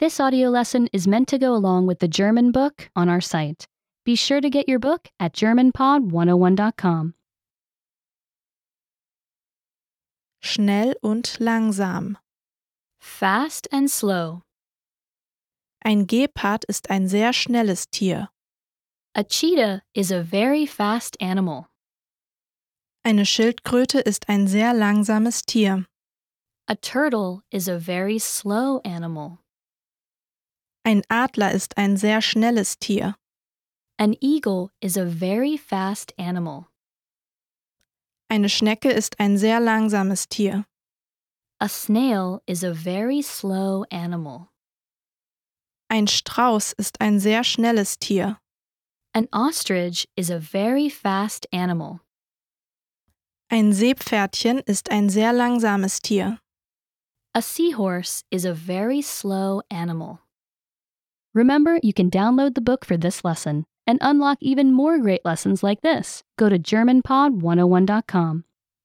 This audio lesson is meant to go along with the German book on our site. Be sure to get your book at GermanPod101.com. Schnell und langsam. Fast and slow. Ein Gepard ist ein sehr schnelles Tier. A cheetah is a very fast animal. Eine Schildkröte ist ein sehr langsames Tier. A turtle is a very slow animal. Ein Adler ist ein sehr schnelles Tier. An eagle is a very fast animal. Eine Schnecke ist ein sehr langsames Tier. A snail is a very slow animal. Ein Strauß ist ein sehr schnelles Tier. An ostrich is a very fast animal. Ein Seepferdchen ist ein sehr langsames Tier. A seahorse is a very slow animal. Remember, you can download the book for this oh lesson and unlock even more great lessons like this. Go to GermanPod101.com.